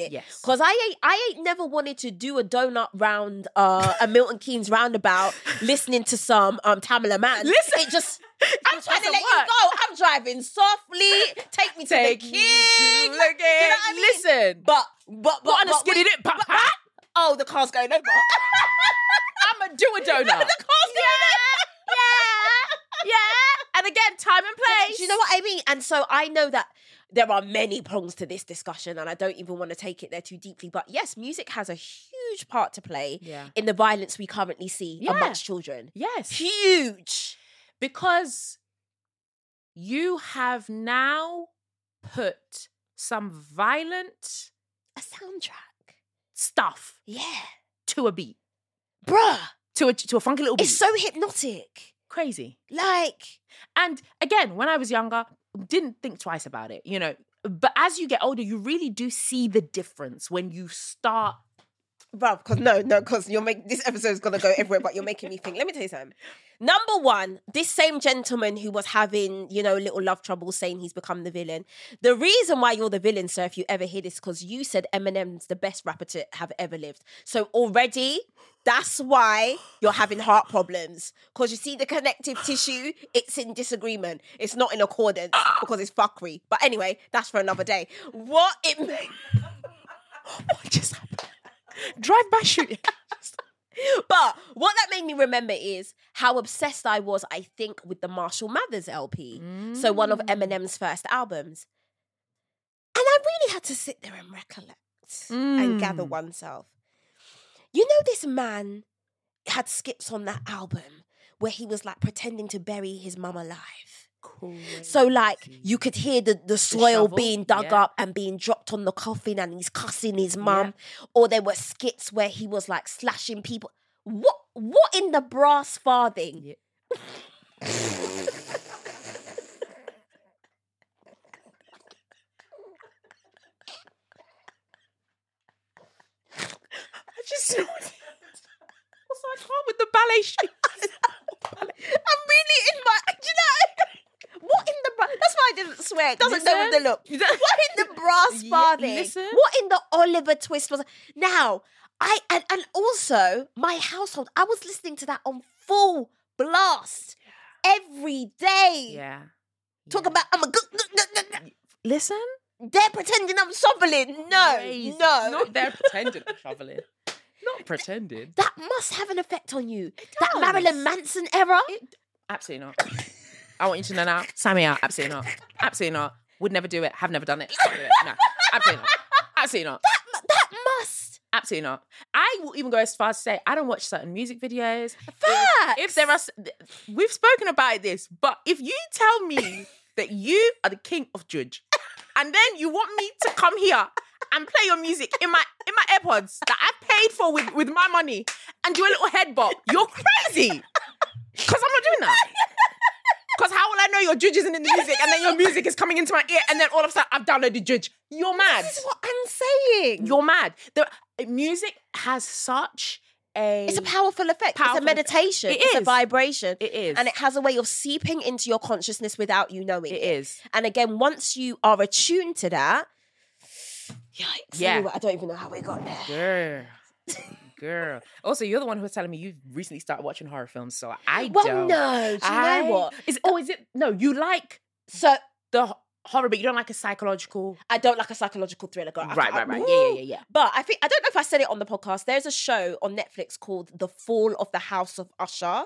Speaker 1: it.
Speaker 2: Yes.
Speaker 1: Cause I ain't I ain't never wanted to do a donut round uh a Milton Keynes roundabout listening to some um Tamala Man.
Speaker 2: Listen.
Speaker 1: It just
Speaker 2: I'm
Speaker 1: I'm trying to let you go. I'm driving softly. Take me to
Speaker 2: Take
Speaker 1: the
Speaker 2: you
Speaker 1: kids.
Speaker 2: to the
Speaker 1: You know
Speaker 2: gig.
Speaker 1: what I mean?
Speaker 2: Listen.
Speaker 1: But but but,
Speaker 2: What on a
Speaker 1: but
Speaker 2: skinny
Speaker 1: wait.
Speaker 2: dip, pa-
Speaker 1: But-
Speaker 2: pa-
Speaker 1: Oh, the car's going over.
Speaker 2: I'ma do a
Speaker 1: the car's
Speaker 2: donut.
Speaker 1: going over. Yeah.
Speaker 2: yeah. And again, time and place.
Speaker 1: Do you know what I mean? And so I know that there are many prongs to this discussion, and I don't even want to take it there too deeply. But yes, music has a huge part to play
Speaker 2: Yeah.
Speaker 1: in the violence we currently see
Speaker 2: Yeah.
Speaker 1: amongst children.
Speaker 2: Yes.
Speaker 1: Huge.
Speaker 2: Because you have now put some violent
Speaker 1: A soundtrack.
Speaker 2: stuff
Speaker 1: Yeah.
Speaker 2: to a beat.
Speaker 1: Bruh.
Speaker 2: To a to a funky little beat.
Speaker 1: It's so hypnotic.
Speaker 2: crazy.
Speaker 1: Like,
Speaker 2: And again, when I was younger, didn't think twice about it, you know. But as you get older, you really do see the difference when you start.
Speaker 1: bruv, because no, no, because you're making this episode's gonna go everywhere, but you're making me think. Let me tell you something. Number one, this same gentleman who was having, you know, little love trouble saying he's become the villain. The reason why you're the villain, sir, if you ever hear this, because you said Eminem's the best rapper to have ever lived. So already, that's why you're having heart problems. Because you see the connective tissue, it's in disagreement. It's not in accordance because it's fuckery. But anyway, that's for another day. What it makes.
Speaker 2: What just happened? Drive by shooting.
Speaker 1: But what that made me remember is how obsessed I was, I think, with the Marshall Mathers
Speaker 2: e,
Speaker 1: LP. So one of
Speaker 2: Mm.
Speaker 1: Eminem's first albums. And I really had to sit there and recollect and gather
Speaker 2: Mm.
Speaker 1: oneself. You know, this man had skips on that album where he was like pretending to bury his mum alive. So like you could hear the, the soil
Speaker 2: shovel,
Speaker 1: being dug
Speaker 2: yeah.
Speaker 1: up and being dropped on the coffin and he's cussing his mum. Or there were skits where he was like slashing people. What what in the brass farthing?
Speaker 2: Yeah. snorted. What's I can't with the ballet shoes. Ballet-
Speaker 1: I'm really in my. Do you know what in the bra? That's why I didn't swear. It doesn't go with the
Speaker 2: Listen.
Speaker 1: look.
Speaker 2: You
Speaker 1: What
Speaker 2: don't-
Speaker 1: in the brass
Speaker 2: Ye-
Speaker 1: bar thing?
Speaker 2: listen.
Speaker 1: What in the Oliver Twist was? Now I and, and also my household. I was listening to that on full blast every day.
Speaker 2: yeah.
Speaker 1: Talk
Speaker 2: Yeah.
Speaker 1: about I'm a good. good- good- good-
Speaker 2: Listen.
Speaker 1: They're pretending I'm shoveling. No,
Speaker 2: Crazy.
Speaker 1: no.
Speaker 2: Not there pretending I'm traveling. Not pretending.
Speaker 1: that must have an effect on you. That
Speaker 2: does.
Speaker 1: Marilyn Manson era.
Speaker 2: Absolutely not. I want you to know now. Sign me out. Absolutely not. Absolutely not. Would never do it. Have never done it. Never do it. No. Absolutely not. Absolutely not.
Speaker 1: that, that must.
Speaker 2: Absolutely not. I will even go as far as to say I don't watch certain music videos.
Speaker 1: Facts.
Speaker 2: If, if there are, s- we've spoken about this, but if you tell me that you are the king of judge, and then you want me to come here and play your music in my in my AirPods that I paid for with with my money, and do a little head bop, you're crazy. Because I'm not doing that. Because how will I know your judge isn't in the music, and then your music is coming into my ear, and then all of a sudden I've downloaded judge. You're mad.
Speaker 1: This is what I'm saying.
Speaker 2: You're mad. The uh, music has such a.
Speaker 1: It's a powerful effect.
Speaker 2: Powerful
Speaker 1: it's a
Speaker 2: effect.
Speaker 1: meditation.
Speaker 2: It
Speaker 1: it's a
Speaker 2: is.
Speaker 1: vibration.
Speaker 2: It is.
Speaker 1: And it has a way of seeping into your consciousness without you knowing.
Speaker 2: It is.
Speaker 1: And again, once you are attuned to that, yikes.
Speaker 2: Yeah.
Speaker 1: Anyway, I don't even know how we got there.
Speaker 2: Girl. Girl. Also, you're the one who was telling me you've recently started watching horror films, so I
Speaker 1: Well,
Speaker 2: don't.
Speaker 1: no. Do you
Speaker 2: I,
Speaker 1: know what?
Speaker 2: Is, oh, is it? No, you like
Speaker 1: So
Speaker 2: the ho- horror, but you don't like a psychological.
Speaker 1: I don't like a psychological thriller. Girl. I
Speaker 2: Right,
Speaker 1: can't-
Speaker 2: right, right. Yeah, yeah,
Speaker 1: Woo!
Speaker 2: yeah, yeah.
Speaker 1: But I think I don't know if I said it on the podcast. There's a show on Netflix called The Fall of the House of Usher.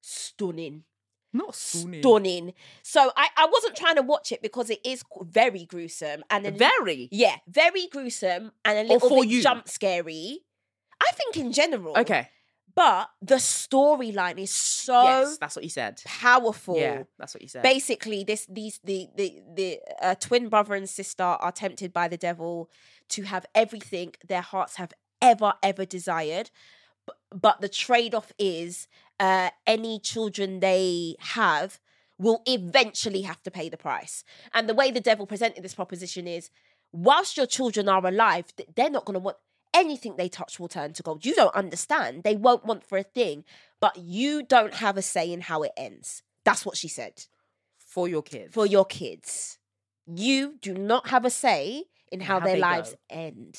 Speaker 1: Stunning.
Speaker 2: Not
Speaker 1: Stunning. So I, I wasn't trying to watch it because it is qu- very gruesome and a li-
Speaker 2: Very.
Speaker 1: Yeah, very gruesome and a little
Speaker 2: for
Speaker 1: bit
Speaker 2: you.
Speaker 1: jump scary. I think in general.
Speaker 2: Okay.
Speaker 1: But the storyline is so
Speaker 2: yes, that's what you said.
Speaker 1: powerful.
Speaker 2: Yeah, that's what you said.
Speaker 1: Basically, this these the the the uh, twin brother and sister are tempted by the devil to have everything their hearts have ever ever desired, B- but the trade off is uh, any children they have will eventually have to pay the price. And the way the devil presented this proposition is, whilst your children are alive, th- they're not going to want anything they touch will turn to gold. You don't understand. They won't want for a thing, but you don't have a say in how it ends. That's what she said
Speaker 2: for your kids.
Speaker 1: for your kids. You do not have a say in how,
Speaker 2: How
Speaker 1: their
Speaker 2: they
Speaker 1: lives
Speaker 2: go.
Speaker 1: end.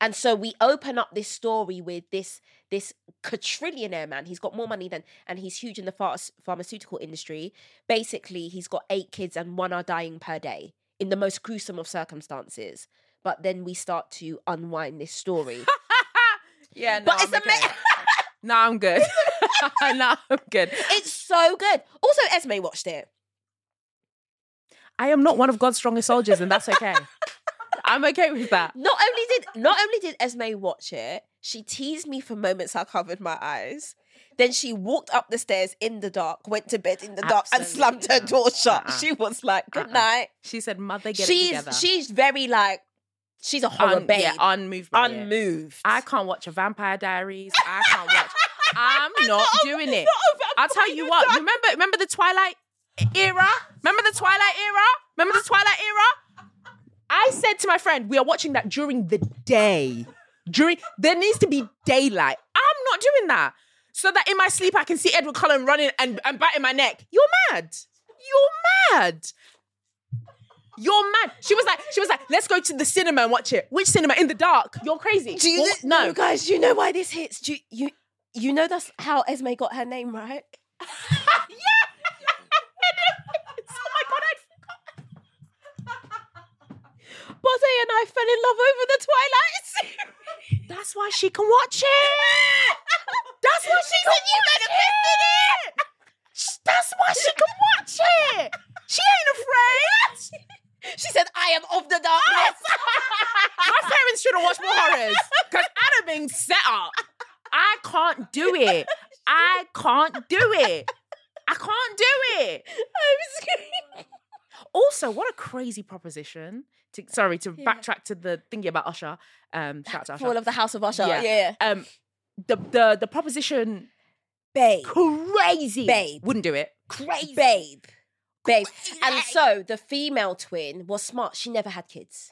Speaker 1: And so we open up this story with this this quadrillionaire man. He's got more money than, and he's huge in the phar- pharmaceutical industry. Basically, he's got eight kids and one are dying per day in the most gruesome of circumstances. But then we start to unwind this story.
Speaker 2: yeah, no,
Speaker 1: But
Speaker 2: I'm
Speaker 1: it's ama-
Speaker 2: okay. No, I'm good. no, I'm good.
Speaker 1: it's so good. Also, Esme watched it.
Speaker 2: I am not one of God's strongest soldiers, and that's okay. I'm okay with that.
Speaker 1: Not only did not only did Esme watch it, she teased me for moments I covered my eyes. Then she walked up the stairs in the dark, went to bed in the dark, and
Speaker 2: Absolutely
Speaker 1: slammed her
Speaker 2: not.
Speaker 1: door shut.
Speaker 2: Uh-uh.
Speaker 1: She was like, "Good
Speaker 2: Uh-uh.
Speaker 1: night."
Speaker 2: She said, "Mother, get it
Speaker 1: She's
Speaker 2: together."
Speaker 1: she's very like she's a horror
Speaker 2: Un-
Speaker 1: babe,
Speaker 2: yeah, unmoved. by it.
Speaker 1: unmoved.
Speaker 2: I can't watch a Vampire Diaries. I can't watch. I'm not doing it. I'll tell you what. Remember, remember the Twilight era. Remember the Twilight era. Remember the Twilight era. I said to my friend, we are watching that during the day. During there needs to be daylight. I'm not doing that. So that in my sleep I can see Edward Cullen running and, and biting my neck. You're mad. You're mad. You're mad. She was like, she was like, let's go to the cinema and watch it. Which cinema? In the dark. You're crazy.
Speaker 1: Do you
Speaker 2: Well,
Speaker 1: know-
Speaker 2: no.
Speaker 1: you guys? You know why this hits? Do you, you you know that's how Esme got her name, right?
Speaker 2: yeah. It is. oh my god, I'd forgotten.
Speaker 1: Bode and I fell in love over the Twilight series.
Speaker 2: That's why she can watch it. That's why she can watch it. Sh- That's why she can watch it. She ain't afraid.
Speaker 1: She said, "I am of the darkness."
Speaker 2: My parents should have watched more horrors because I'd have been set up. I can't do it. I can't do it. I can't do it. Also, what a crazy proposition. To, sorry to backtrack to the thingy about Usher. Um, shout out to
Speaker 1: Fall
Speaker 2: Usher.
Speaker 1: of the House of Usher.
Speaker 2: Yeah.
Speaker 1: Yeah, yeah.
Speaker 2: um, the the the proposition
Speaker 1: babe,
Speaker 2: crazy.
Speaker 1: Babe.
Speaker 2: wouldn't do it.
Speaker 1: crazy babe, babe. And so the female twin was smart. She never had kids.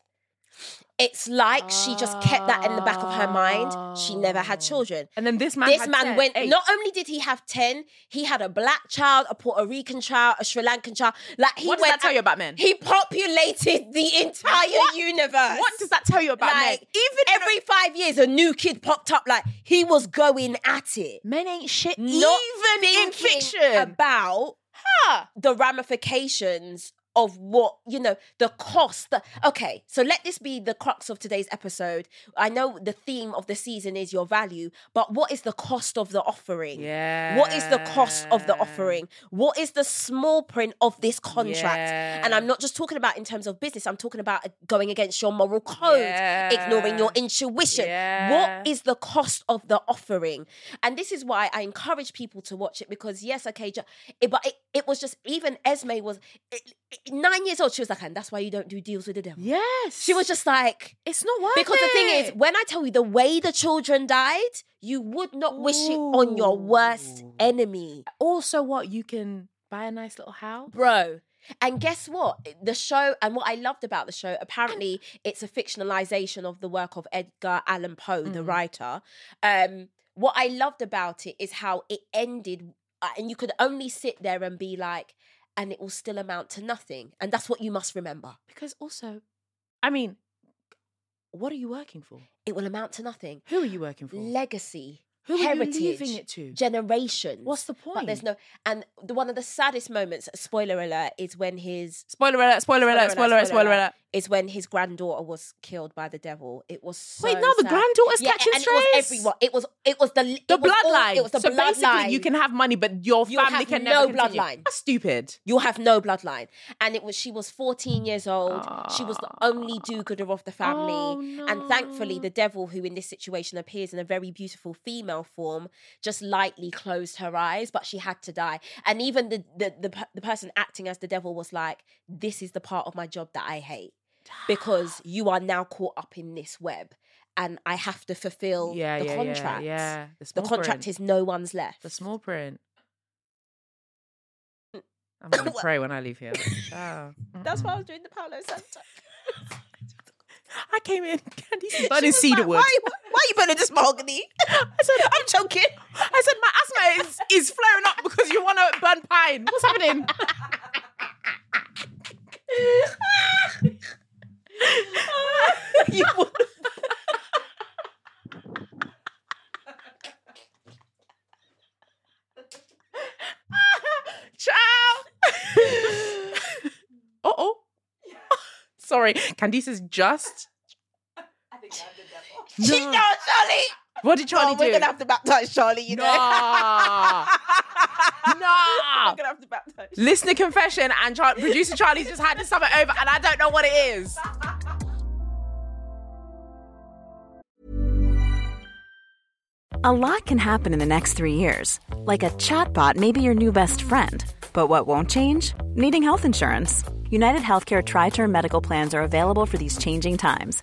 Speaker 1: It's like she just kept that in the back of her mind. She never had children.
Speaker 2: And then this Ah. man.
Speaker 1: this
Speaker 2: had
Speaker 1: man
Speaker 2: said,
Speaker 1: went.
Speaker 2: "Hey,
Speaker 1: Not only did he have ten, he had a black child, a Puerto Rican child, a Sri Lankan child. Like he
Speaker 2: What does
Speaker 1: went.
Speaker 2: that tell you about men?
Speaker 1: He populated the entire universe.
Speaker 2: What does that tell you about men?
Speaker 1: like
Speaker 2: Even in a-
Speaker 1: every five years, a new kid popped up. Like he was going at it.
Speaker 2: men ain't shit.
Speaker 1: Not
Speaker 2: even in
Speaker 1: thinking
Speaker 2: fiction.
Speaker 1: about the ramifications of what you know the cost the, okay so let this be the crux of today's episode i know the theme of the season is your value but what is the cost of the offering
Speaker 2: Yeah.
Speaker 1: what is the cost of the offering what is the small print of this contract
Speaker 2: Yeah.
Speaker 1: and i'm not just talking about in terms of business i'm talking about going against your moral code ignoring your
Speaker 2: Yeah.
Speaker 1: intuition.
Speaker 2: Yeah.
Speaker 1: What is the cost of the offering? And this is why I encourage people to watch it because yes, okay, ju- it, but it, it was just even Esme was it, it- nine years old. She was like, and that's why you don't do deals with the devil.
Speaker 2: Yes.
Speaker 1: She was just like.
Speaker 2: It's not worth
Speaker 1: Because the thing is,
Speaker 2: it.
Speaker 1: when I tell you the way the children died, you would not wish it on your worst
Speaker 2: Ooh.
Speaker 1: enemy,
Speaker 2: also what you can buy a nice little house.
Speaker 1: bro. And guess what? The show, and what I loved about the show, apparently it's a fictionalization of the work of Edgar Allan Poe, the
Speaker 2: Mhm.
Speaker 1: writer. Um, what I loved about it is how it ended, uh, and you could only sit there and be like, and it will still amount to nothing. And that's what you must remember.
Speaker 2: Because also, I mean, what are you working for?
Speaker 1: It will amount to nothing.
Speaker 2: Who are you working for?
Speaker 1: Legacy,
Speaker 2: Who
Speaker 1: heritage,
Speaker 2: are you leaving it to?
Speaker 1: generations.
Speaker 2: What's the
Speaker 1: But there's
Speaker 2: point?
Speaker 1: no, and the, one of the saddest moments, spoiler alert, is when his
Speaker 2: spoiler alert! Spoiler alert! Spoiler alert! Spoiler alert!
Speaker 1: Is when his granddaughter was killed by the devil. It was so
Speaker 2: Wait, now the
Speaker 1: sad.
Speaker 2: granddaughter's
Speaker 1: yeah,
Speaker 2: catching
Speaker 1: and
Speaker 2: strays.
Speaker 1: it was everyone. It was it was the
Speaker 2: The
Speaker 1: it was all-
Speaker 2: bloodline.
Speaker 1: it was the
Speaker 2: so
Speaker 1: bloodline.
Speaker 2: basically, you can have money, but your
Speaker 1: You'll
Speaker 2: family
Speaker 1: have
Speaker 2: can
Speaker 1: no
Speaker 2: never continue.
Speaker 1: bloodline.
Speaker 2: That's stupid.
Speaker 1: You'll have no bloodline. And it was she was 14 years old. She was the only do-gooder of the family.
Speaker 2: Oh,
Speaker 1: And thankfully,
Speaker 2: no.
Speaker 1: the devil, who in this situation appears in a very beautiful female form, just lightly closed her eyes, but she had to die. And even the the the, per- the person acting as the devil was like, "This is the part of my job that I hate because you are now caught up in this web, and I have to fulfill
Speaker 2: yeah,
Speaker 1: the
Speaker 2: yeah,
Speaker 1: contract.
Speaker 2: Yeah, yeah. The,
Speaker 1: The
Speaker 2: small
Speaker 1: contract
Speaker 2: print.
Speaker 1: is no one's left.
Speaker 2: the small print. I'm gonna pray when I leave here. Ciao.
Speaker 1: That's why I was doing the Paolo Santo.
Speaker 2: I came in. Candice is
Speaker 1: She
Speaker 2: burning
Speaker 1: was
Speaker 2: cedar
Speaker 1: like,
Speaker 2: wood.
Speaker 1: Why, why are you burning this mahogany? I said, I'm joking.
Speaker 2: I said my asthma is, is flaring up because you want to burn pine. What's happening?
Speaker 1: you would.
Speaker 2: Ciao. uh oh. Sorry, Candice is just. I
Speaker 1: She
Speaker 2: think
Speaker 1: knows,
Speaker 2: No.
Speaker 1: Charlie.
Speaker 2: What did Charlie
Speaker 1: Oh, we're
Speaker 2: do?
Speaker 1: going to have to baptize Charlie, you know.
Speaker 2: Nah.
Speaker 1: I'm
Speaker 2: Nah.
Speaker 1: going to have to baptize
Speaker 2: Listener confession and Char- producer Charlie's just had the summer over and I don't know what it is.
Speaker 3: A lot can happen in the next three years. Like a chatbot may be your new best friend. But what won't change? Needing health insurance. United Healthcare Tri Term Medical Plans are available for these changing times.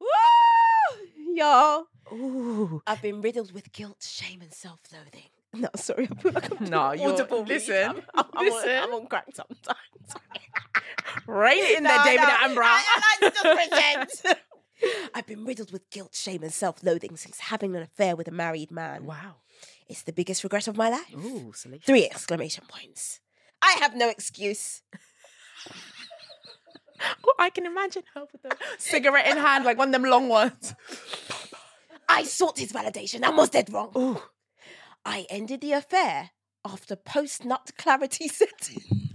Speaker 1: Woo! Y'all.
Speaker 2: Ooh.
Speaker 1: I've been riddled with guilt, shame, and self loathing. No, sorry, I feel like I'm
Speaker 2: No,
Speaker 1: doing
Speaker 2: you're-
Speaker 1: audible read.
Speaker 2: listen,
Speaker 1: I'm, I'm, I'm
Speaker 2: listen.
Speaker 1: On, I'm on crack sometimes.
Speaker 2: Rain it in there,
Speaker 1: No,
Speaker 2: David
Speaker 1: no,
Speaker 2: Attenborough.
Speaker 1: I, I like to just pretend. I've been riddled with guilt, shame, and self loathing since having an affair with a married man.
Speaker 2: wow.
Speaker 1: It's the biggest regret of my life.
Speaker 2: Ooh, salacious.
Speaker 1: Three exclamation points. I have no excuse.
Speaker 2: Oh, I can imagine her with a cigarette in hand, like one of them long ones.
Speaker 1: I sought his validation and was dead wrong. I ended the affair after post nut clarity set in.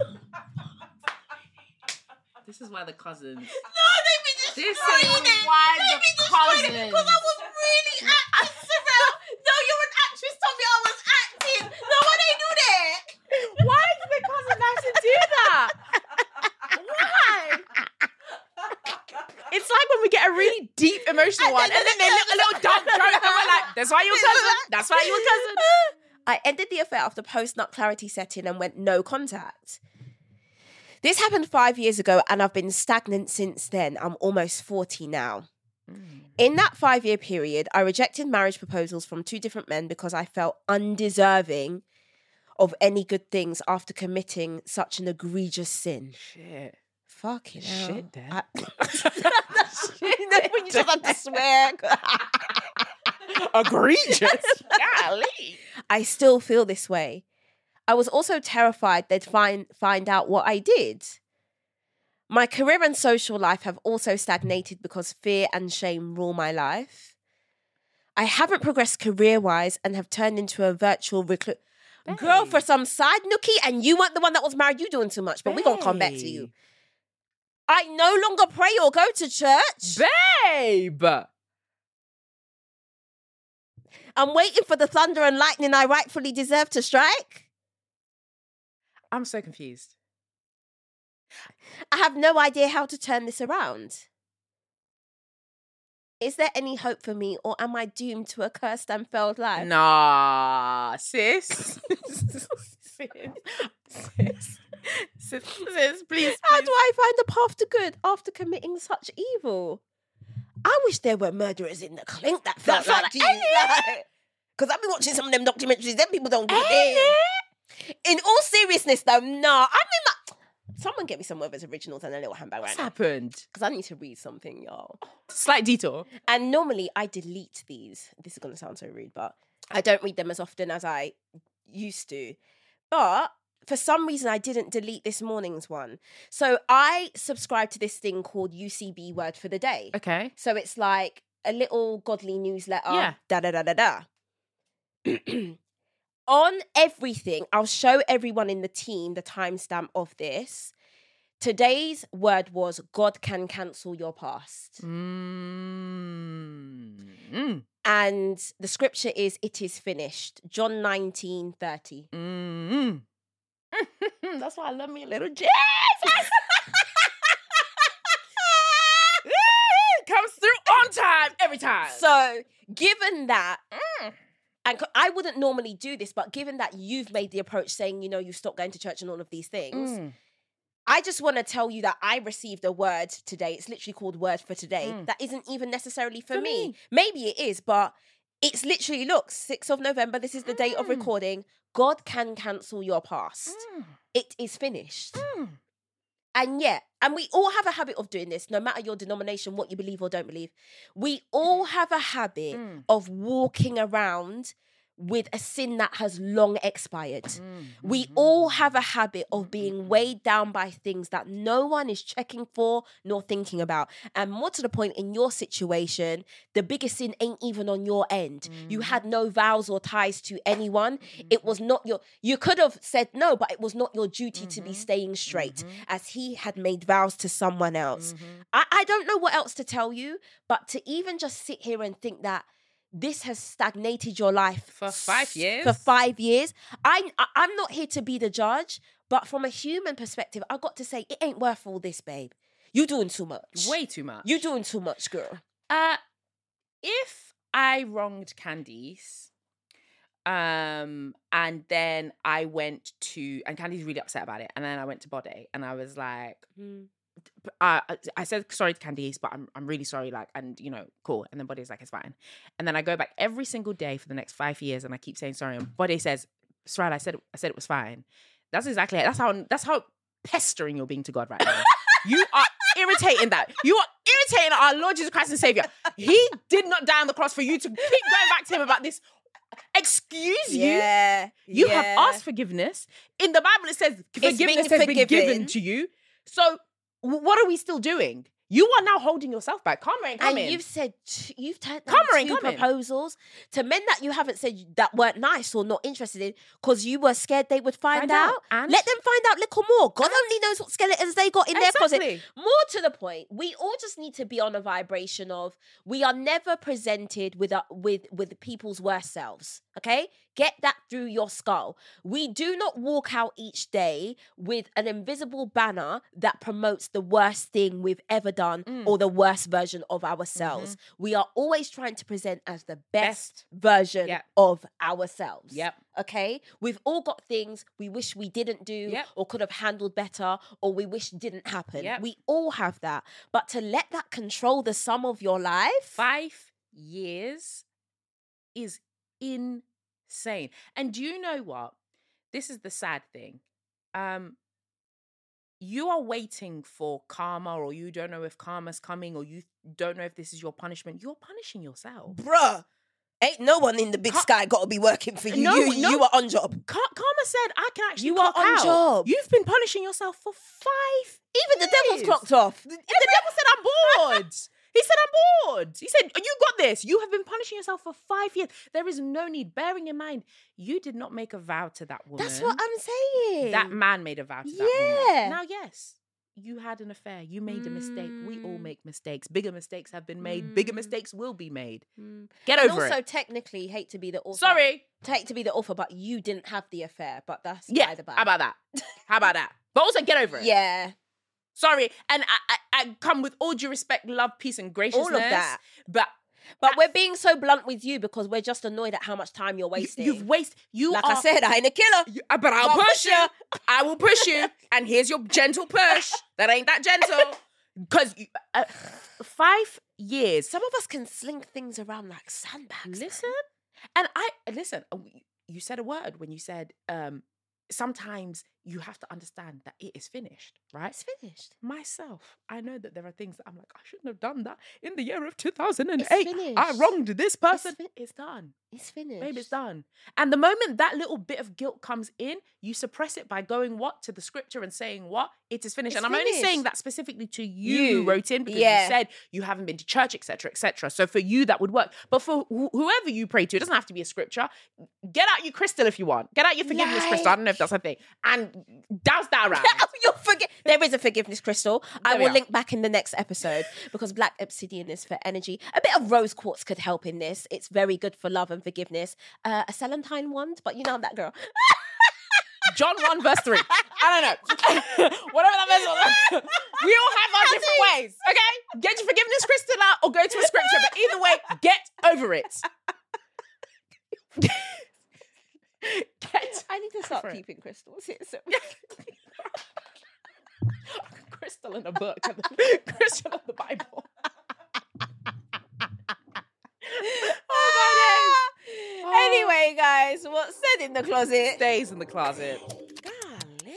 Speaker 4: This is why the cousins.
Speaker 1: No, they
Speaker 4: This is why the cousins.
Speaker 1: was really acting. No, you're an actress, Tommy. I was acting. No one they do that.
Speaker 2: Why do the cousins have to do that? Why? It's like when we get a really deep emotional one, and then they look a little dumb joke, and we're like, "That's why you were cousin. That's why you were cousin."
Speaker 1: I ended the affair after post nut clarity set in and went no contact. This happened five years ago, and I've been stagnant since then. I'm almost 40 now. In that five year period, I rejected marriage proposals from two different men because I felt undeserving of any good things after committing such an egregious sin.
Speaker 2: Shit.
Speaker 1: Fucking hell.
Speaker 2: Shit, Dad.
Speaker 1: I- That's shit, that's when you just have to swear.
Speaker 2: Egregious.
Speaker 1: I still feel this way. I was also terrified they'd find find out what I did. My career and social life have also stagnated because fear and shame rule my life. I haven't progressed career wise and have turned into a virtual recluse. Girl, for some side nookie, and you weren't the one that was married, you doing too much, but we're gonna come back to you. I no longer pray or go to church.
Speaker 2: babe.
Speaker 1: I'm waiting for the thunder and lightning I rightfully deserve to strike.
Speaker 2: I'm so confused.
Speaker 1: I have no idea how to turn this around. Is there any hope for me, or am I doomed to a cursed and failed life?
Speaker 2: Nah, sis. sis. Sis. Sis. Sis, please.
Speaker 1: How do I find a path to good after committing such evil? I wish there were murderers in the clink that felt
Speaker 2: That's
Speaker 1: like
Speaker 2: like
Speaker 1: these. Because I've been watching some of them documentaries, them people don't get it. In all seriousness, though, nah. I mean, like, someone get me some of his originals and a little handbag right
Speaker 2: What's
Speaker 1: now.
Speaker 2: happened?
Speaker 1: Because I need to read something, y'all.
Speaker 2: Slight detour.
Speaker 1: And normally I delete these. This is going to sound so rude, but I don't read them as often as I used to. But for some reason, I didn't delete this morning's one. So I subscribe to this thing called UCB Word for the Day.
Speaker 2: Okay.
Speaker 1: So it's like a little godly newsletter.
Speaker 2: Yeah.
Speaker 1: Da da da da da. On everything, I'll show everyone in the team the timestamp of this. Today's word was God can cancel your past.
Speaker 2: Mm.
Speaker 1: And the scripture is, It is finished. John 19 30.
Speaker 2: Mm.
Speaker 1: Mm-hmm. That's why I love me a little Jesus.
Speaker 2: Comes through on time every time.
Speaker 1: so, given that, and c- I wouldn't normally do this, but given that you've made the approach saying, you know, you stopped going to church and all of these things,
Speaker 2: Mm.
Speaker 1: I just want to tell you that I received a word today. It's literally called Word for Today. That isn't even necessarily Mm. for, me. Maybe it is, but it's literally look, 6th of November, this is the date of recording. God can cancel your past. It is finished. And yet, and we all have a habit of doing this, no matter your denomination, what you believe or don't believe. We all have a habit of walking around with a sin that has long expired. We all have a habit of being weighed down by things that no one is checking for nor thinking about. And more to the point, in your situation, the biggest sin ain't even on your end. You had no vows or ties to anyone. It was not your, you could have said no, but it was not your duty to be staying straight as he had made vows to someone else. I, I don't know what else to tell you, but to even just sit here and think that this has stagnated your life
Speaker 2: For five
Speaker 1: s-
Speaker 2: years?
Speaker 1: For five years, I, I I'm not here to be the judge, but from a human perspective, I got to say it ain't worth all this, babe. You doing too much.
Speaker 2: Way too much.
Speaker 1: you doing too much, girl.
Speaker 2: Uh, if I wronged Candice, um, and then I went to, and Candice really upset about it, and then I went to Body, and I was like,
Speaker 1: Mm.
Speaker 2: p- uh, I- I said sorry to Candice, but I'm I'm really sorry, like, and you know, cool. And then Body's like, it's fine. And then I go back every single day for the next five years, and I keep saying sorry. And Body says, Sorry, I said it- I said it was fine. That's exactly it. That's how that's how pestering you're being to God right now. you are irritating that. You are irritating our Lord Jesus Christ and Savior. He did not die on the cross for you to keep going back to him about this. Excuse you.
Speaker 1: Yeah,
Speaker 2: You have asked forgiveness. In the Bible, it says
Speaker 1: been
Speaker 2: forgiveness has been
Speaker 1: forgiven.
Speaker 2: given to you. So w- what are we still doing? You are now holding yourself back. Karma ain't
Speaker 1: And
Speaker 2: coming.
Speaker 1: you've said t- you've turned down
Speaker 2: Karma ain't
Speaker 1: two
Speaker 2: coming.
Speaker 1: proposals to men that you haven't said you- that weren't nice or not interested in because you were scared they would find,
Speaker 2: Find
Speaker 1: out.
Speaker 2: out, and-
Speaker 1: Let them find out little more. God only knows what skeletons they got in their closet.
Speaker 2: Exactly.
Speaker 1: More to the point, we all just need to be on a vibration of we are never presented with our, with with people's worst selves. Okay, get that through your skull. We do not walk out each day with an invisible banner that promotes the worst thing we've ever done
Speaker 2: Mm.
Speaker 1: or the worst version of ourselves. We are always trying to present as the best,
Speaker 2: Mm-hmm. Best.
Speaker 1: version
Speaker 2: Yep.
Speaker 1: of ourselves.
Speaker 2: Yep.
Speaker 1: Okay. We've all got things we wish we didn't do
Speaker 2: Yep.
Speaker 1: or could have handled better or we wish didn't happen.
Speaker 2: Yep.
Speaker 1: We all have that. But to let that control the sum of your life.
Speaker 2: five years is insane. And do you know what? This is the sad thing. Um, you are waiting for karma, or you don't know if karma's coming, or you don't know if this is your punishment. You're punishing yourself.
Speaker 1: Bruh. Ain't no one in the big
Speaker 2: Ca-
Speaker 1: sky got to be working for you.
Speaker 2: No,
Speaker 1: you,
Speaker 2: no.
Speaker 1: you are on job.
Speaker 2: Ka- karma said, "I can actually."
Speaker 1: You are
Speaker 2: clock
Speaker 1: on
Speaker 2: out.
Speaker 1: job.
Speaker 2: You've been punishing yourself for five.
Speaker 1: Even the devil's
Speaker 2: years.
Speaker 1: clocked off.
Speaker 2: The devil said, I'm bored. He said, I'm bored. He said, You got this. You have been punishing yourself for five years. There is no need. Bearing in mind, you did not make a vow to that woman.
Speaker 1: That's what I'm saying.
Speaker 2: That man made a vow to that
Speaker 1: Yeah.
Speaker 2: woman. Now, yes, you had an affair. You made a mistake. We
Speaker 1: Mm.
Speaker 2: all make mistakes. Bigger mistakes have been made. Bigger mistakes will be made. Get
Speaker 1: Mm. and
Speaker 2: over
Speaker 1: also,
Speaker 2: it.
Speaker 1: technically, hate to be the author.
Speaker 2: Sorry.
Speaker 1: hate to be the author, but you didn't have the affair. But that's
Speaker 2: Yeah.
Speaker 1: by the by.
Speaker 2: How about that? How about that? But also, get over it.
Speaker 1: Yeah,
Speaker 2: Sorry. And I, I, I come with all due respect, love, peace, and graciousness.
Speaker 1: that.
Speaker 2: But
Speaker 1: but we're being so blunt with you because we're just annoyed at how much time you're
Speaker 2: You-
Speaker 1: wasting.
Speaker 2: You've wasted. You
Speaker 1: like
Speaker 2: are,
Speaker 1: I said, I ain't a killer.
Speaker 2: you- uh, but I'll
Speaker 1: But I'll
Speaker 2: push you. I will push you. And here's your gentle push. That ain't that gentle. Because uh, five years. Some
Speaker 1: Some of us can sling things around like sandbags.
Speaker 2: listen, and I listen. uh, w- You said a word when you said um, sometimes you have to understand that it is finished, right?
Speaker 1: it's finished.
Speaker 2: myself, I know that there are things that I'm like, I shouldn't have done that in the year of 2008. I
Speaker 1: finished.
Speaker 2: wronged this person.
Speaker 1: fin-
Speaker 2: it's done.
Speaker 1: It's finished.
Speaker 2: Babe, it's done. And the moment that little bit of guilt comes in, you suppress it by going what to the scripture and saying what it is finished.
Speaker 1: It's
Speaker 2: and I'm only saying
Speaker 1: finished.
Speaker 2: that specifically to you,
Speaker 1: You.
Speaker 2: who wrote in because
Speaker 1: Yeah.
Speaker 2: you said you haven't been to church, etc., etc. So for you, that would work. But for wh- whoever you pray to, it doesn't have to be a scripture. Get out your crystal if you want. Get out your forgiveness crystal. I don't know if that's a thing. And douse that around.
Speaker 1: You're forget- there is a forgiveness crystal. I
Speaker 2: There we
Speaker 1: will
Speaker 2: are.
Speaker 1: link back in the next episode because black obsidian is for energy. A bit of rose quartz could help in this. It's very good for love and forgiveness. Uh, a Celentine wand, but you know I'm that girl.
Speaker 2: John 1, verse 3. I don't know. Whatever that verse was. We all have our different ways, okay? Get your forgiveness crystal out or go to a scripture, but either way, get over it. get
Speaker 1: I need to start
Speaker 2: Different.
Speaker 1: keeping crystals here. So
Speaker 2: crystal in a book, crystal in the Bible.
Speaker 1: Oh my days. Anyway, guys, what's said in the closet?
Speaker 2: Stays in the closet.
Speaker 1: Golly.